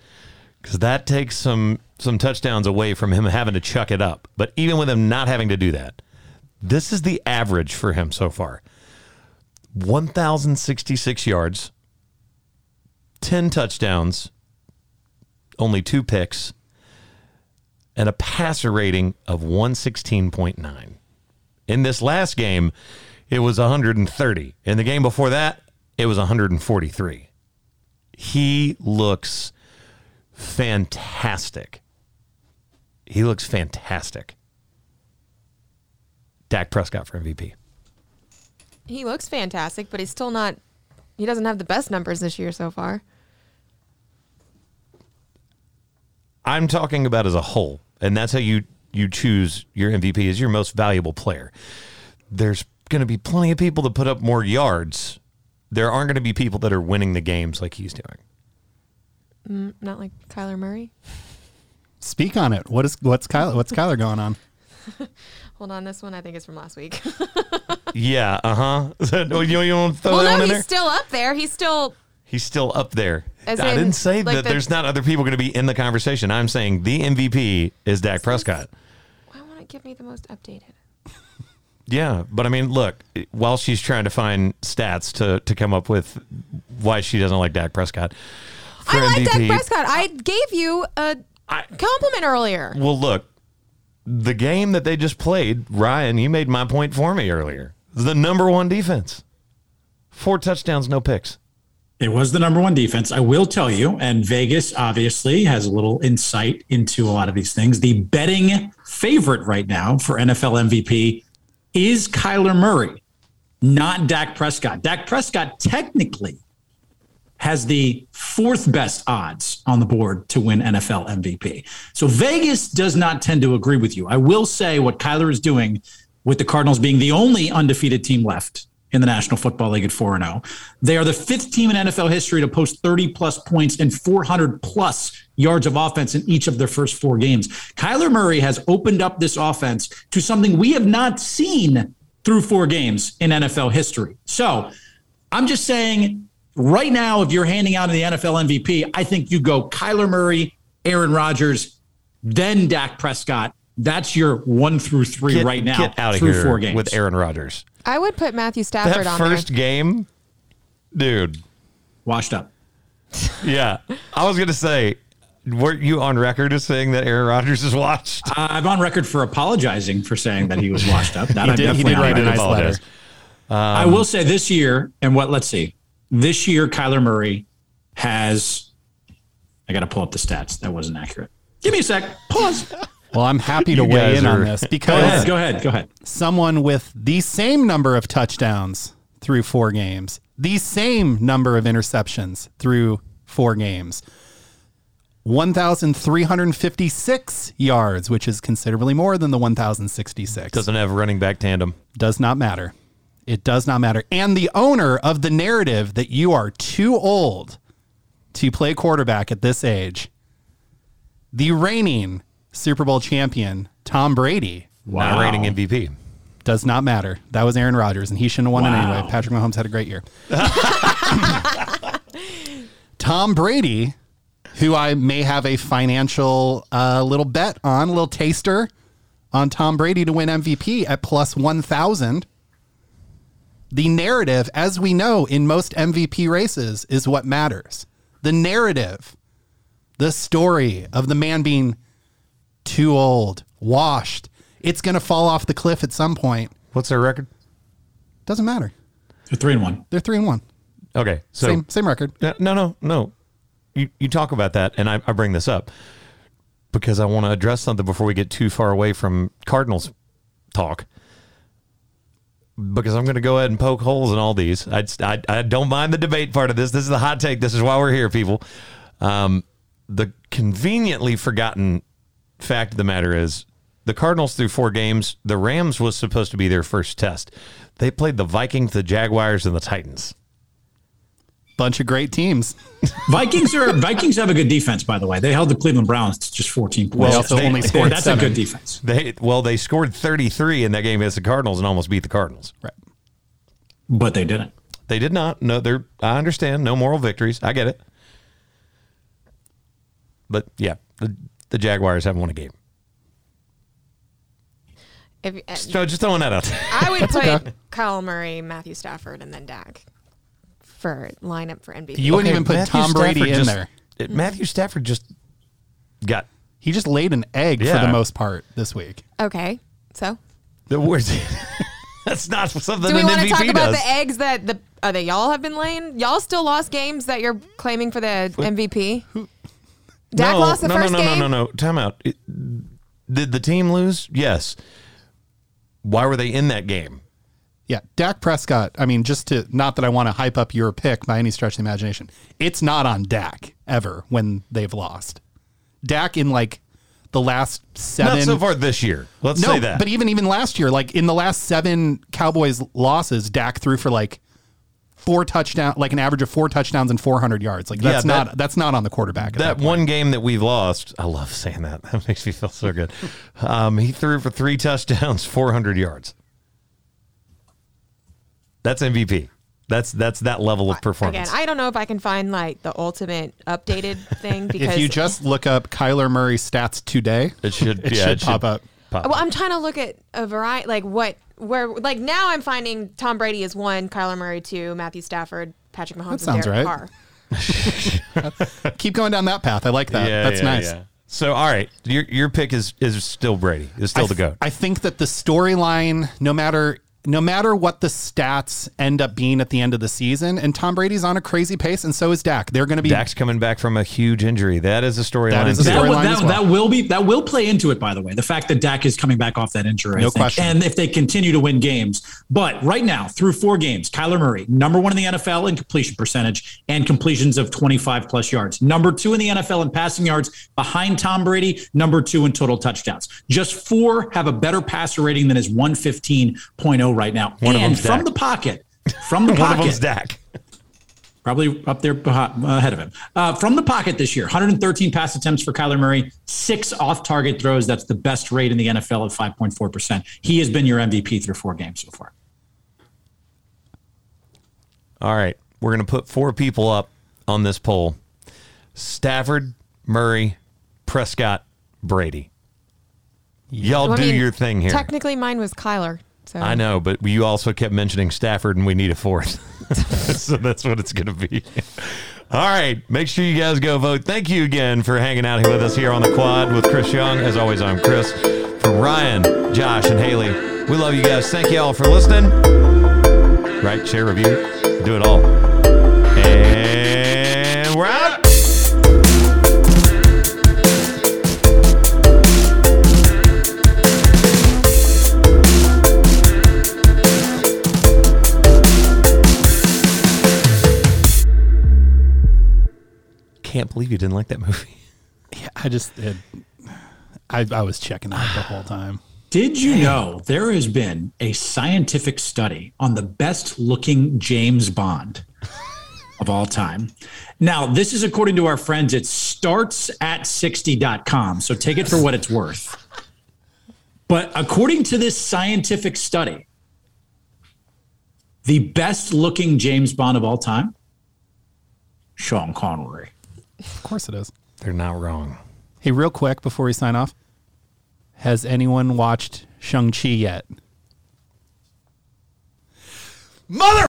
because that takes some some touchdowns away from him having to chuck it up. But even with him not having to do that, this is the average for him so far: one thousand sixty six yards, ten touchdowns, only two picks, and a passer rating of 116.9. In this last game, it was 130. In the game before that, it was 143. He looks fantastic. He looks fantastic. Dak Prescott for MVP.
He looks fantastic, but he's still not. He doesn't have the best numbers this year so far.
I'm talking about as a whole, and that's how you you choose your MVP as your most valuable player. There's going to be plenty of people that put up more yards. There aren't going to be people that are winning the games like he's doing.
Not like Kyler Murray.
Speak on it. What is what's Kyler? What's Kyler going on?
Hold on, this one I think is from last
Oh,
week.
Yeah, uh huh. you, you want to throw that one
well, no,
in
he's
there?
still up there. He's still
he's still up there.
As
I
in,
didn't say
like
that
the-
there's not other people going to be in the conversation. I'm saying the MVP is Dak Prescott.
Why won't it give me the most updated?
Yeah, but I mean, look, while she's trying to find stats to to come up with why she doesn't like Dak Prescott for
I like Dak
MVP.
Prescott. I gave you a
I-
compliment earlier.
Well, look, the game that they just played, Ryan, you made my point for me earlier. The number one defense, four touchdowns, no picks.
It was the number one defense. I will tell you, and Vegas obviously has a little insight into a lot of these things. The betting favorite right now for NFL MVP is Kyler Murray, not Dak Prescott. Dak Prescott technically has the fourth best odds on the board to win NFL MVP. So Vegas does not tend to agree with you. I will say what Kyler is doing with the Cardinals being the only undefeated team left in the National Football League at 4 0. They are the fifth team in NFL history to post 30 plus points and 400 plus yards of offense in each of their first four games. Kyler Murray has opened up this offense to something we have not seen through four games in NFL history. So I'm just saying, right now, if you're handing out the NFL MVP, I think you go Kyler Murray, Aaron Rodgers, then Dak Prescott. That's your one through three
Get,
right now.
get out of
through
here
four games.
with Aaron Rodgers.
I would put Matthew
That
Stafford on
first
there.
game, dude.
washed up.
Yeah, I was gonna say, weren't you on record as saying that Aaron Rodgers is watched?
Uh, I'm on record for apologizing for saying that he was washed up. That I'm
did- he
definitely
did
on
write a
record.
nice
Apologize.
letter.
I will say this year, and what? Let's see. This year, Kyler Murray has. I got to pull up the stats. That wasn't accurate. Give me a sec. Pause. Go
Well, I'm happy to
You
weigh
guys
in on
are-
this
ahead.
because
Go ahead. Go ahead.
someone with the same number of touchdowns through four games, the same number of interceptions through four games, 1,356 yards, which is considerably more than the 1,066.
Doesn't have a running back tandem.
does not matter. It does not matter. And the owner of the narrative that you are too old to play quarterback at this age, the reigning Super Bowl champion, Tom Brady,
Not rating MVP.
does not matter. That was Aaron Rodgers, and he shouldn't have won
Wow.
it anyway. Patrick Mahomes had a great year. Tom Brady, who I may have a financial uh, little bet on, a little taster on Tom Brady to win MVP at plus 1,000. The narrative, as we know in most MVP races, is what matters. The narrative, the story of the man being too old, washed. It's going to fall off the cliff at some point.
What's their record?
Doesn't matter.
They're three and one.
They're three and one.
Okay, so
same same record.
No, no, no, no. You you talk about that, and I, I bring this up because I want to address something before we get too far away from Cardinals talk. Because I'm going to go ahead and poke holes in all these. I, I, I don't mind the debate part of this. This is the hot take. This is why we're here, people. Um, the conveniently forgotten fact of the matter is the Cardinals threw four games. The Rams was supposed to be their first test. They played the Vikings, the Jaguars, and the Titans.
Bunch of great teams.
Vikings are Vikings have a good defense, by the way. They held the Cleveland Browns to just 14 points.
they also
they-
only
they-
scored
that's
seven.
a good defense.
They well, they scored 33 in that game against the Cardinals and almost beat the Cardinals.
Right.
But they didn't.
They did not. No, they're. I understand. No moral victories. I get it. But yeah, the, the Jaguars haven't won a game.
If, uh,
So just throwing that out. there.
I would put Kyle Murray, Matthew Stafford, and then Dak for lineup for MVP.
You wouldn't even put
Matthew
Tom Brady
Stafford
in
just-
there.
it- Matthew Stafford just got
He just laid an egg
Yeah.
for the most part this week.
okay, so
the worst. That's not something
do we
an
want to
MVP
talk about
does.
the eggs that the uh, that y'all have been laying? Y'all still lost games that you're claiming for the MVP. Dak
no,
lost the
no,
first
no, no,
game.
No, no, no, Time out. It- did the team lose? Yes. Why were they in that game?
Yeah, Dak Prescott. I mean, just to not that I want to hype up your pick by any stretch of the imagination. It's not on Dak ever when they've lost. Dak in like the last seven.
Not so far this year. Let's
no,
say that.
but even even last year, like in the last seven Cowboys losses, Dak threw for like four touchdown, like an average of four touchdowns and four hundred yards. Like that's
Yeah, that-
not that's not on the quarterback. at
that
point.
one game that we've lost, I love saying that. That makes me feel so good. Um, he threw for three touchdowns, 400 yards. That's MVP. That's that's that level of
Again,
performance.
I don't know if I can find like the ultimate updated thing because
If you just look up Kyler Murray stats today,
it should
it
yeah,
should
it should
pop up.
pop
Well,
up.
I'm trying to look at a variety, like what, where, like now I'm finding Tom Brady is one, Kyler Murray two, Matthew Stafford, Patrick Mahomes, and
sounds
Derek
right.
Carr.
keep going down that path. I like that. that's nice.
So all right, your your pick is is still Brady. Is still
I
the
th-
goat.
I think that the storyline, no matter no matter what the stats end up being at the end of the season, and Tom Brady's on a crazy pace, and so is Dak. They're going to be
Dak's coming back from a huge injury. That is a storyline.
is a
too.
That,
storyline.
will,
as
that,
well.
that will be that will play into it. By the way, the fact that Dak is coming back off that injury, I
No
think.
question.
And if they continue to win games, but right now through four games, Kyler Murray number one in the NFL in completion percentage and completions of twenty five plus yards, number two in the NFL in passing yards behind Tom Brady, number two in total touchdowns. Just four have a better passer rating than his one fifteen point oh right now.
One of
and
them's
from
Dak.
the pocket, from the
One
pocket,
of them's Dak.
probably up there behind, ahead of him. Uh, from the pocket this year, 113 pass attempts for Kyler Murray, six off target throws. That's the best rate in the NFL at 5.4%. He has been your MVP through four games so far.
All right, we're going to put four people up on this poll: Stafford, Murray, Prescott, Brady. Y'all
Well, I
do
mean,
your thing here.
Technically, mine was Kyler. So
I know, but you also kept mentioning Stafford, and we need a fourth. so that's what it's going to be. All right. Make sure you guys go vote. Thank you again for hanging out with us here on the quad with Chris Young. As always, I'm Chris. From Ryan, Josh, and Haley, we love you guys. Thank you all for listening. Right, share, review, do it all. And we're out. Can't believe you didn't like that movie.
I just, it, I, I was checking out the whole time.
Did you know there has been a scientific study on the best looking James Bond of all time? Now, this is according to our friends It starts at 60.com, so take it for what it's worth. But according to this scientific study, the best looking James Bond of all time, Sean Connery.
Of course it is.
They're not wrong.
Hey, real quick before we sign off, has anyone watched Shang Chi yet? Mother